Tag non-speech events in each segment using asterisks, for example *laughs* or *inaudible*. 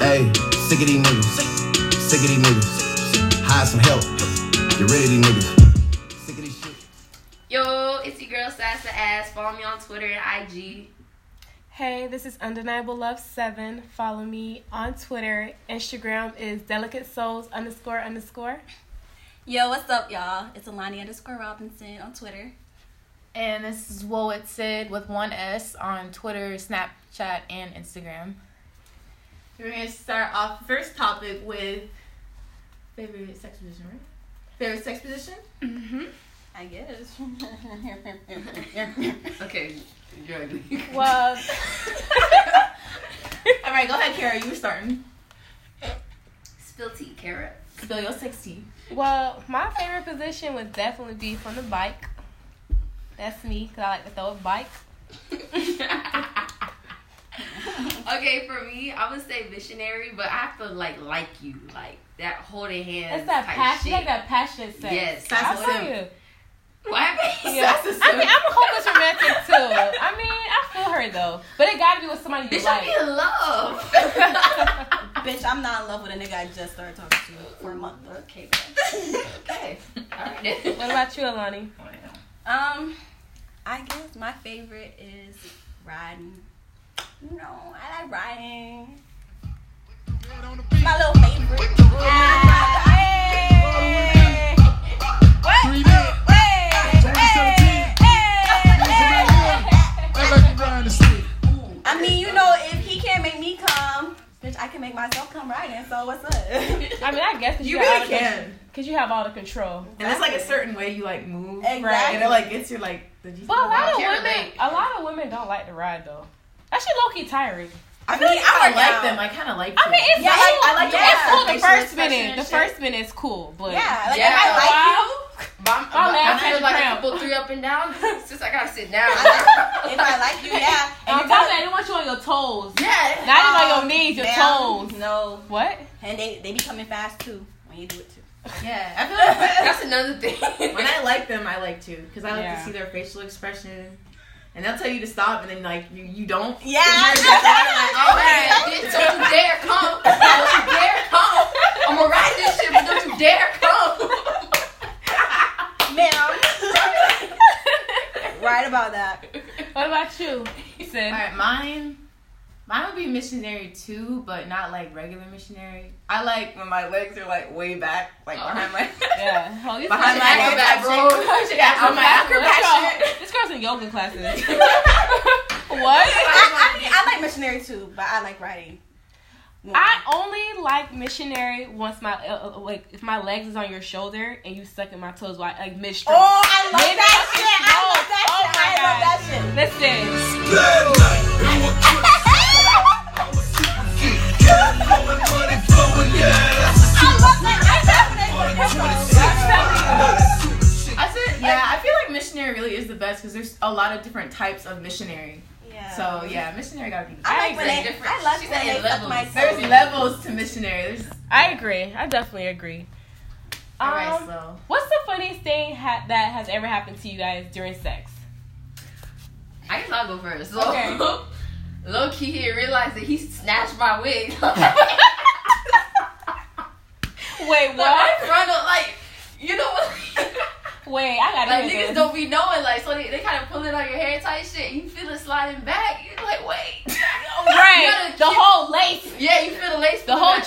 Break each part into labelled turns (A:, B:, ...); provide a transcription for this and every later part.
A: Hey, sick of these niggas. Sick of these niggas. Hide some help. Get rid of these niggas. Sick of this shit.
B: Yo, it's your girl Sasa Ass. Follow me on Twitter and IG.
C: Hey, this is Undeniable Love 7. Follow me on Twitter. Instagram is delicate souls underscore underscore.
D: Yo, what's up, y'all? It's Alani underscore Robinson on Twitter.
E: And this is Woe It Sid with one S on Twitter, Snapchat, and Instagram.
F: We're gonna start off first topic with favorite sex position, right? Favorite sex position?
D: I guess. *laughs*
B: Okay, *laughs* you're ugly.
C: Well,
F: *laughs* All right, go ahead, Kara. You were starting.
B: Spill tea, carrot. *laughs*
F: Spill your sixty.
C: well, my favorite position would definitely be from the bike. That's me, because I like to throw a bike.
B: okay, for me, I would say missionary, but I have to like like you, like that holding hands.
C: It's that
B: type
C: passion,
B: shit.
C: like that passionate sex.
B: Yes,
C: I
F: That's
C: feel
F: it.
C: you.
B: What happened?
C: *laughs* Yeah.
B: *laughs*
F: That's a
C: I mean, I'm a hopeless romantic too. I mean, I feel her though, but it gotta be with somebody you
B: This should
C: like.
B: be in
C: *laughs*
B: love.
D: Bitch, I'm not in love with a nigga I just started talking to for a month. though.
B: okay, bro. okay, all right.
C: What about you, Alani?
D: Um, I guess my favorite is riding. No, I like riding. My little favorite. Hey. What? Hey. Hey. Hey. I mean, you know, if he can't make me come, bitch, I can make myself come riding. So what's up?
C: I mean, I guess cause
F: You
C: you, have
F: really
C: all the con-
F: can,
C: Cause you have all the control.
F: and it's like a certain way you like move, right?
D: Exactly.
F: And it like gets your like. The G-
C: But a lot of
B: can't
C: women,
B: relate.
C: a lot of women don't like to ride though. That shit low key tiring.
F: I feel like I would
D: Yeah.
F: like them. I kind of like.
C: I mean, it's
D: Yeah,
C: cool.
D: I- I like the
C: it's cool the
F: facial
C: first
F: expression
C: minute.
F: and
C: The
F: shit.
C: first minute's cool, but
D: Yeah, like
B: Yeah.
D: if I like you,
B: But I'm,
C: My
B: but
C: last
B: I feel like
C: had
B: I
C: cramp.
B: can pull three up and down. Since I gotta
C: *laughs*
B: sit down.
D: if I like you, yeah.
C: on top
D: you
C: of
D: gotta-
C: that, they want you on your toes,
B: yeah.
C: not even on your knees, your
D: Ma'am,
C: toes.
D: Um, No,
C: What?
D: and they they be coming fast too when you do it too.
F: yeah. *laughs* I feel like
B: That's another thing.
F: *laughs* when I like them, I like to because I like to
C: Yeah.
F: see their facial expression, and they'll tell you to stop, and then like you you don't.
D: Yeah.
B: *laughs* All right, bitch, don't you dare come. Don't you dare come. I'm gonna ride this shit, but don't you dare come.
D: *laughs* right about that.
C: What about you, Sid?
F: All right, mine. Mine would be missionary too, but not like regular missionary. I like when my legs are like way back, like
B: Oh.
F: behind *laughs* my
C: Yeah, oh, this
F: behind my
C: girl's-
B: Acrobat
F: acrobat
B: bro.
F: bro. yeah,
C: Oh
F: on
C: my God,
F: my
C: this
F: acrobat shit.
C: girl- This girl's in yoga classes.
B: *laughs*
C: what?
D: I, I, mean, I like missionary too, but I like writing.
C: I only like missionary once my uh, uh, like if my legs is on your shoulder and you sucking my toes while like
D: oh,
C: midstream.
D: I love
C: Maybe
D: that
C: I
D: shit. I love that
C: Oh
D: shit.
C: my
D: I love that shit.
C: Listen,
A: Bad night. Flowing money, flowing, yeah.
D: I love that.
F: I said, yeah, I feel like missionary really is the best because there's a lot of different types of
D: I
F: missionary.
D: *laughs* Yeah.
F: So yeah, missionary gotta be.
D: I like
B: I
D: when
B: agree.
D: they,
B: Different-
D: I love
B: she
D: when
B: said
D: they suck
B: levels.
D: my
F: There's
D: toes.
F: levels to missionary. There's
C: I agree. I definitely agree. Um,
F: alright, so
C: what's the funniest thing ha- that has ever happened to you guys during sex?
B: I guess I'll go first. So, *laughs*
C: Okay.
B: low key, he realized that he snatched my wig. *laughs*
C: Wait,
B: So I
C: what?
B: run up, like, you know what?
C: Wait, I gotta
B: like,
C: hear
B: niggas
C: this.
B: don't be knowing, like, so they, they kind of pull it on your hair type shit. You feel it sliding back. You're like, wait. You
C: right,
B: gotta
C: the
B: keep-
C: whole lace,
B: Yeah, you feel the lace.
C: the
B: pulling
C: whole
B: back.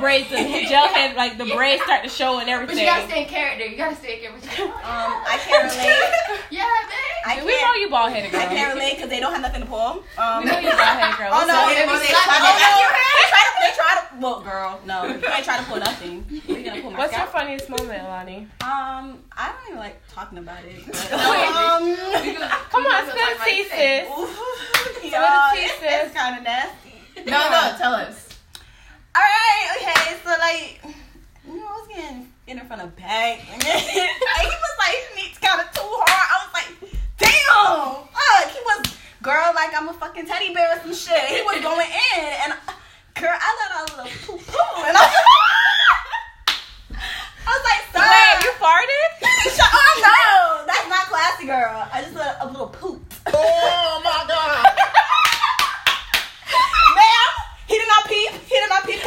B: *laughs*
C: braids, the jail head, like the braids start to show and
B: But
C: everything.
B: you gotta stay in character. You gotta stay in character. Um,
D: Um, I can't relate.
B: *laughs* Yeah, man.
D: I
C: we know
D: can't.
C: you bald headed girl.
D: I can't relate because they don't have nothing to pull. Um,
C: We know you bald headed girl.
D: Oh no!
B: So if
D: They, they,
B: you
D: they,
B: slap
D: try,
B: it back
D: oh,
B: your
D: they try to. They try to. Well, girl, no, you ain't try to pull nothing. You're gonna pull my
C: What's your
D: scalp.
C: funniest moment, Alani?
D: Um, I don't even like talking about it. but,
B: We
D: *laughs* um,
B: gonna-
C: Come
B: we
C: on,
B: gonna
C: spill
B: talk
C: the
B: about
C: tea,
B: sex.
C: sis.
D: y'all,
C: tea,
D: it's,
C: sis.
D: it's kind of nasty.
F: no, no, tell us.
D: All right, okay, so like, you know, I was getting in front of bag, and then *laughs* and he was like, his meat's kind of too hard. I was like, damn, fuck. He was, girl, like I'm a fucking teddy bear or some shit. He was going in, and girl, I let out a little poo poo, and I was, *laughs* I was like, sir,
C: Wait, you farted?
D: shut up, *laughs* no, that's not classy, girl. I just let a little poop. *laughs*
F: Oh my god.
D: Ma'am, he did not peep. He did not peep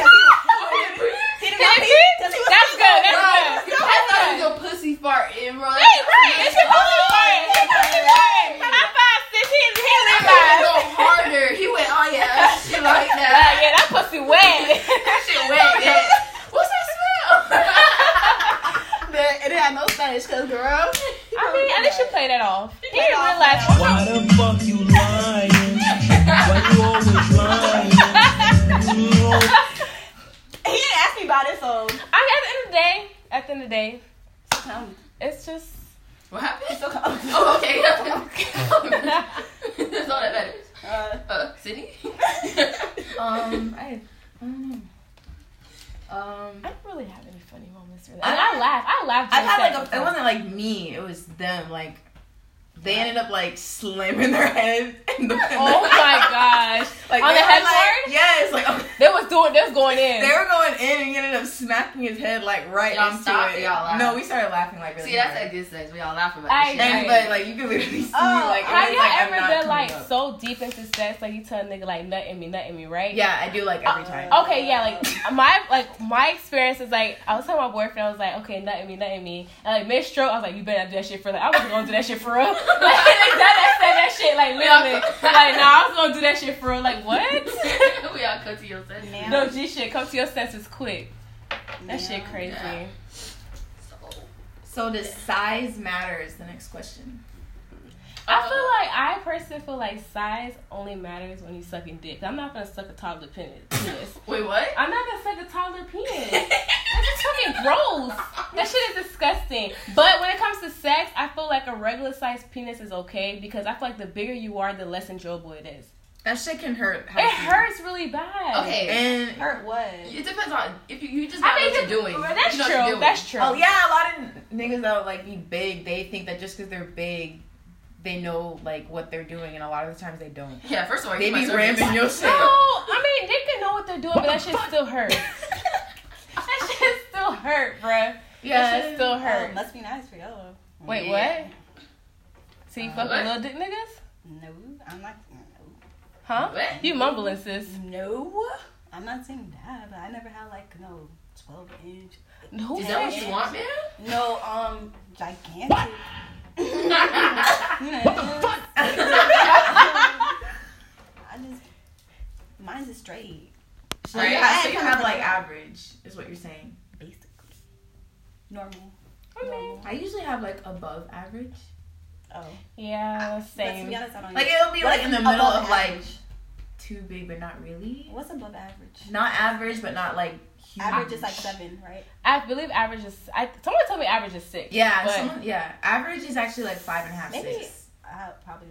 B: and run.
D: Hey, right. It's your fucking right. It's your fucking right. High five, sis. He, he
B: He
D: live by.
B: went a little harder. He went, oh yeah, *laughs* shit like that.
D: Oh, yeah, that pussy wet.
B: That shit wet. yeah. What's that
F: It had no Spanish, cause girl.
D: I mean, at least you played it off. He didn't realize.
G: Why the fuck you lying? Why you always lying? You know
D: He didn't ask me about it, so
C: I mean, at the end of the day, at the end of the day, it's just
B: smell? What happened?
D: it's *laughs* okay.
B: Oh, okay. *laughs* That's all that matters.
D: Uh,
B: Uh, Sydney?
E: Um, I, I don't know. Um,
C: I don't really have any funny moments really. I, I laugh. I laugh.
F: I
C: during
F: had
C: sex
F: like a, it
C: sometimes.
F: wasn't like me. It was them. Like they ended up like slamming their head. In the,
C: Oh
D: *laughs*
C: my gosh!
F: Like,
C: On
F: they
C: the
F: were, like-
C: headboard?
F: yes. Like oh,
C: They was doing. They was going in.
F: they were going in and he ended up smacking his head like right
B: Y'all
F: into
B: stopped,
F: it.
B: y'all laughed.
F: no, we started laughing like really.
B: See, that's
F: hard.
B: that good sex. We all laugh about this
C: I
B: shit.
F: and
C: Right.
F: but like you could literally see
D: Oh,
F: like. it
C: Have
F: was,
C: y'all
F: like, I'm not
C: ever been
F: coming
C: like
F: up.
C: so deep into sex like you tell a nigga like nut in me, nut in me, right?
F: Yeah, I do like every time.
C: Uh, Okay, yeah, like my like my experience is like I was telling my boyfriend I was like, okay, nut in me, nut in me, and like mid stroke I was like, you better not do that shit for like I wasn't gonna do that shit for real. *laughs* Like that, said that shit like literally like no, I was gonna do that shit for real. Like what?
B: *laughs* we all cut to your sex.
D: Yeah.
C: No G shit, come to your senses quick. That shit crazy.
B: Yeah. So,
F: So does size matter? Is the next question.
C: I feel like I personally feel like size only matters when you sucking dick. I'm not gonna suck a toddler penis. penis.
B: wait, what?
C: I'm not gonna suck a toddler
B: *laughs*
C: penis. That's just fucking gross. That shit is disgusting. But when it comes to sex, I feel like a regular sized penis is okay because I feel like the bigger you are, the less enjoyable it is.
F: That shit can hurt.
C: It hurts really bad.
B: Okay.
F: And
D: Hurt what?
B: It depends on if you, you just
C: I
B: not
C: mean,
B: what you're doing.
C: That's
B: you know what you're
C: true.
B: doing.
C: That's true.
F: Oh yeah, a lot of niggas that would, like be big, they think that just because they're big, they know like what they're doing, and a lot of the times they don't.
B: Yeah, first of all,
F: They
B: you
F: be
B: might
F: ramming *laughs* your shit.
C: No, I mean they can know what they're doing, but that shit still hurts. that shit
B: *laughs*
C: still hurt, bruh. That shit still
D: Oh,
C: hurt.
D: must be nice for y'all.
C: Wait,
B: Yeah.
C: what? So you
D: Uh,
C: fucking
B: what?
C: little dick niggas?
D: No, I'm not.
C: Huh?
B: What?
C: You mumbling, sis.
D: No, I'm not saying that. But I never had like no 12 inch.
C: Who
B: Is that what
C: said
B: you want,
C: *laughs*
B: man?
D: No, um, gigantic. You know, *laughs* I just mine's is straight,
F: So you have, so you have like average, is what you're saying.
D: basically. Normal.
F: I usually have like above average.
D: Oh.
C: Yeah,
D: But to
C: same.
D: be honest, I don't
F: Like
D: even-
F: it'll be
D: What
F: like in the
D: above
F: middle of like
D: average?
F: too big, but not really.
D: What's above average?
F: Not average, but not like huge.
D: Average is like seven, right?
C: I believe average is. I, someone told me average is six.
F: Yeah,
C: but
F: someone, yeah. Average is actually like five and a half,
D: Maybe-
F: six.
D: I probably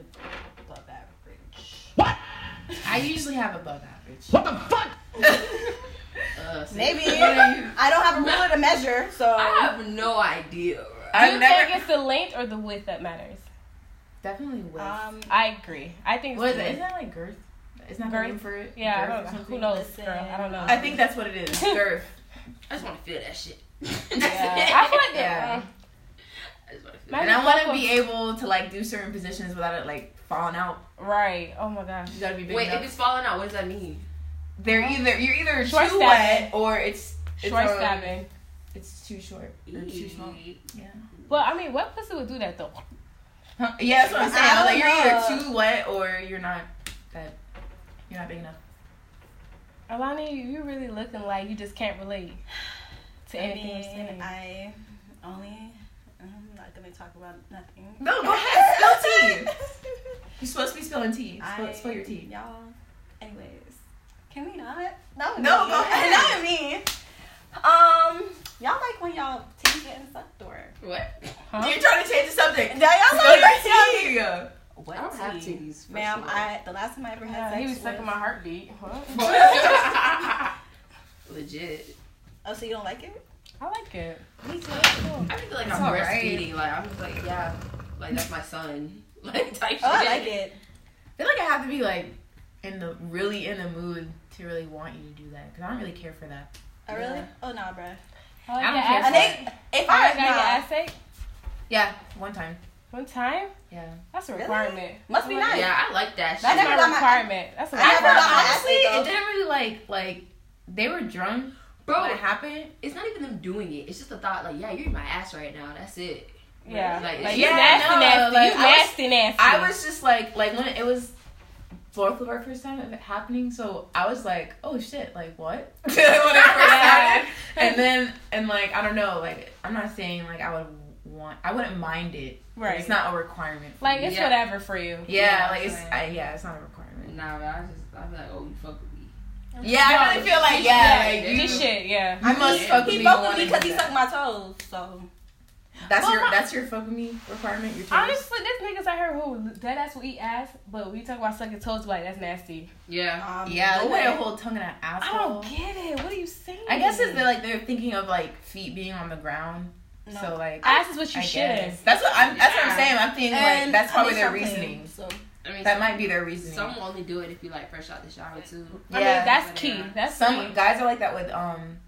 D: above average.
F: I usually have above average.
A: What the fuck?
B: Uh, so- *laughs*
D: Maybe I don't have a ruler to measure, so
B: I have no idea.
C: do
F: I've
C: you
F: never
C: think it's the length or the width that matters?
F: definitely width.
C: Ah,
D: um,
C: I agree. I think it's
F: what is
C: the
F: it?
C: width.
F: Isn't that like girth? It's not
C: Girth?
F: girth for it.
C: Yeah,
F: Girth
C: I
F: or
C: don't know. Who
F: something? *laughs*
C: knows,
D: Listen.
C: girl? I don't know.
F: I think that's what it *laughs* is. girth.
B: I just want to feel that shit.
C: yeah, I
B: *laughs*
C: feel like the,
F: Yeah.
B: I just want to feel
C: Might
F: And I want to be able to like do certain positions without it like falling out.
C: right. Oh my gosh.
F: You gotta be big
B: Wait, if
F: enough.
B: it's falling out, what does that mean?
F: They're either you're either
C: Short
F: too
C: stabbing.
F: wet or it's it's,
C: Short
F: um,
C: stabbing.
F: It's too short or too small. Yeah.
C: Well, I mean, what pussy would do that though?
F: Huh? Yeah, that's what I'm saying.
D: I
F: Like
D: don't
F: you're either too wet or you're not that you're not big enough.
C: Alani, you really looking like you just can't relate to
D: I
C: anything you're
D: mean,
C: saying.
D: I only. I'm not gonna talk about nothing.
C: *laughs*
F: No, go ahead. Spill tea. You're supposed to be spilling tea. Spill,
D: I-
F: spill your tea.
D: Y'all. Anyways, can we not? That would
F: No,
D: be-
F: go ahead.
D: That would mean. Um, y'all like when y'all teeth getting sucked or?
B: What?
C: Huh?
F: You're trying to change the subject.
D: Now y'all
F: Spill
D: like
F: your tea.
D: What
B: I don't have titties, first
D: *laughs* Ma'am,
B: of all.
D: I the last time I ever had
C: Yeah,
D: sex
C: he was
D: was-
C: sucking my heartbeat. What?
D: *laughs*
B: *laughs* Legit.
D: Oh, so you don't *laughs* like it?
C: I like it.
D: Me too.
B: I just feel like
F: It's
B: I'm
F: alright.
B: breastfeeding. Like I'm just like yeah, like that's my son. *laughs* Like type shit.
D: Oh, I like it.
F: I feel like I have to be like in the really in the mood to really want you to do that because I don't really care for that.
D: Oh, really? Oh, nah, bruh.
C: I like
F: I don't
C: your
F: care
C: ass.
F: for
D: And
C: I
D: they, if I,
C: got your
D: nah,
C: ass ate
F: Yeah, one time.
C: one time.
F: Yeah.
C: That's a
D: Really?
C: requirement.
D: must be
C: I'm
D: nice.
C: like,
B: Yeah, I like that shit.
D: That's
C: That's
D: never
C: not
D: got
C: a
D: my-
C: requirement. That's a
D: I never got my
C: requirement.
D: ass
F: Honestly,
D: ate
F: it
D: though.
F: didn't really like like they were drunk
B: Bro,
F: when it happened.
B: it's not even them doing it. It's just the thought. Like yeah, you're in my ass right now. That's it.
C: Yeah.
F: Like,
C: Like, you
F: yeah,
C: nasty,
F: no,
C: nasty.
F: like,
C: you
F: I was-
C: nasty, nasty.
F: I was just like, like when it was both of our first time of it happening, so I was like, oh shit, like what? *laughs* when it first happened. And then, and like, I don't know, like, I'm not saying like I would want, I wouldn't mind it. but
C: Right.
F: It's not a requirement. for
C: like
F: me.
C: it's
B: Yeah.
C: whatever for you.
F: yeah,
B: Yeah,
F: like it's,
B: same.
F: I, yeah, it's not a requirement.
B: Nah, but I just, I feel like, oh, you fuck with me.
F: Yeah, I really feel like, yeah, like you,
C: This shit, yeah.
F: you must fuck with
D: He
F: me.
D: fucked
F: wanna
D: with me
F: do
D: because he
F: that.
D: sucked my toes. So
F: That's
C: Well,
F: your,
C: my-
F: that's your fuck with me requirement. Your toes.
C: Honestly, there's niggas out here who dead ass will eat ass, but we talk about sucking toes, like that's nasty.
B: Yeah.
D: um,
F: Yeah,
D: no
F: don't put
D: way.
F: a whole tongue in an
C: I
F: asshole.
C: don't get it. What are you saying?
F: I guess it's the, like they're thinking of like feet being on the ground. So like
C: ass is what you
F: I
C: shit.
F: guess. That's what I'm. That's what I'm saying. I'm thinking like
D: And
F: that's probably
D: I
F: their
D: think something,
F: reasoning. *laughs*
D: So
B: I mean, some,
F: That might be their reasoning.
B: some will only do it if you like fresh out the shower too.
C: I
F: Yeah.
C: mean, that's key. That's
F: Some
C: some.
F: guys are like that with um,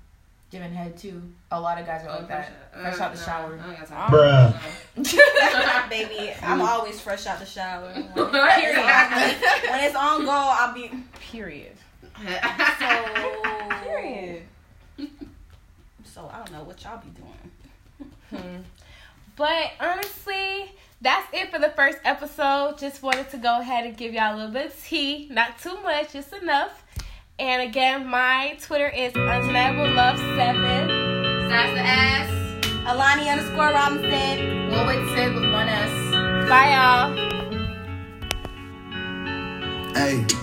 F: giving head too. A lot of guys are
B: Oh,
F: like that. Fresh out the
B: no,
F: shower.
B: I don't got time.
G: Bruh.
F: *laughs*
D: baby,
B: *laughs*
D: I'm always fresh out the shower. When,
B: Period.
F: *laughs*
D: when it's on go, I'll be
C: Period.
B: *laughs*
D: so.
C: Period.
D: So I don't know what y'all be doing.
C: Hmm. But honestly, that's it for the first episode. Just wanted to go ahead and give y'all a little bit of tea. Not too much, just enough. And again, my Twitter is undeniablelove7.
B: Size the ass.
D: Alani underscore Robinson.
F: Well, wait, said with one S.
C: Bye, y'all.
A: Hey,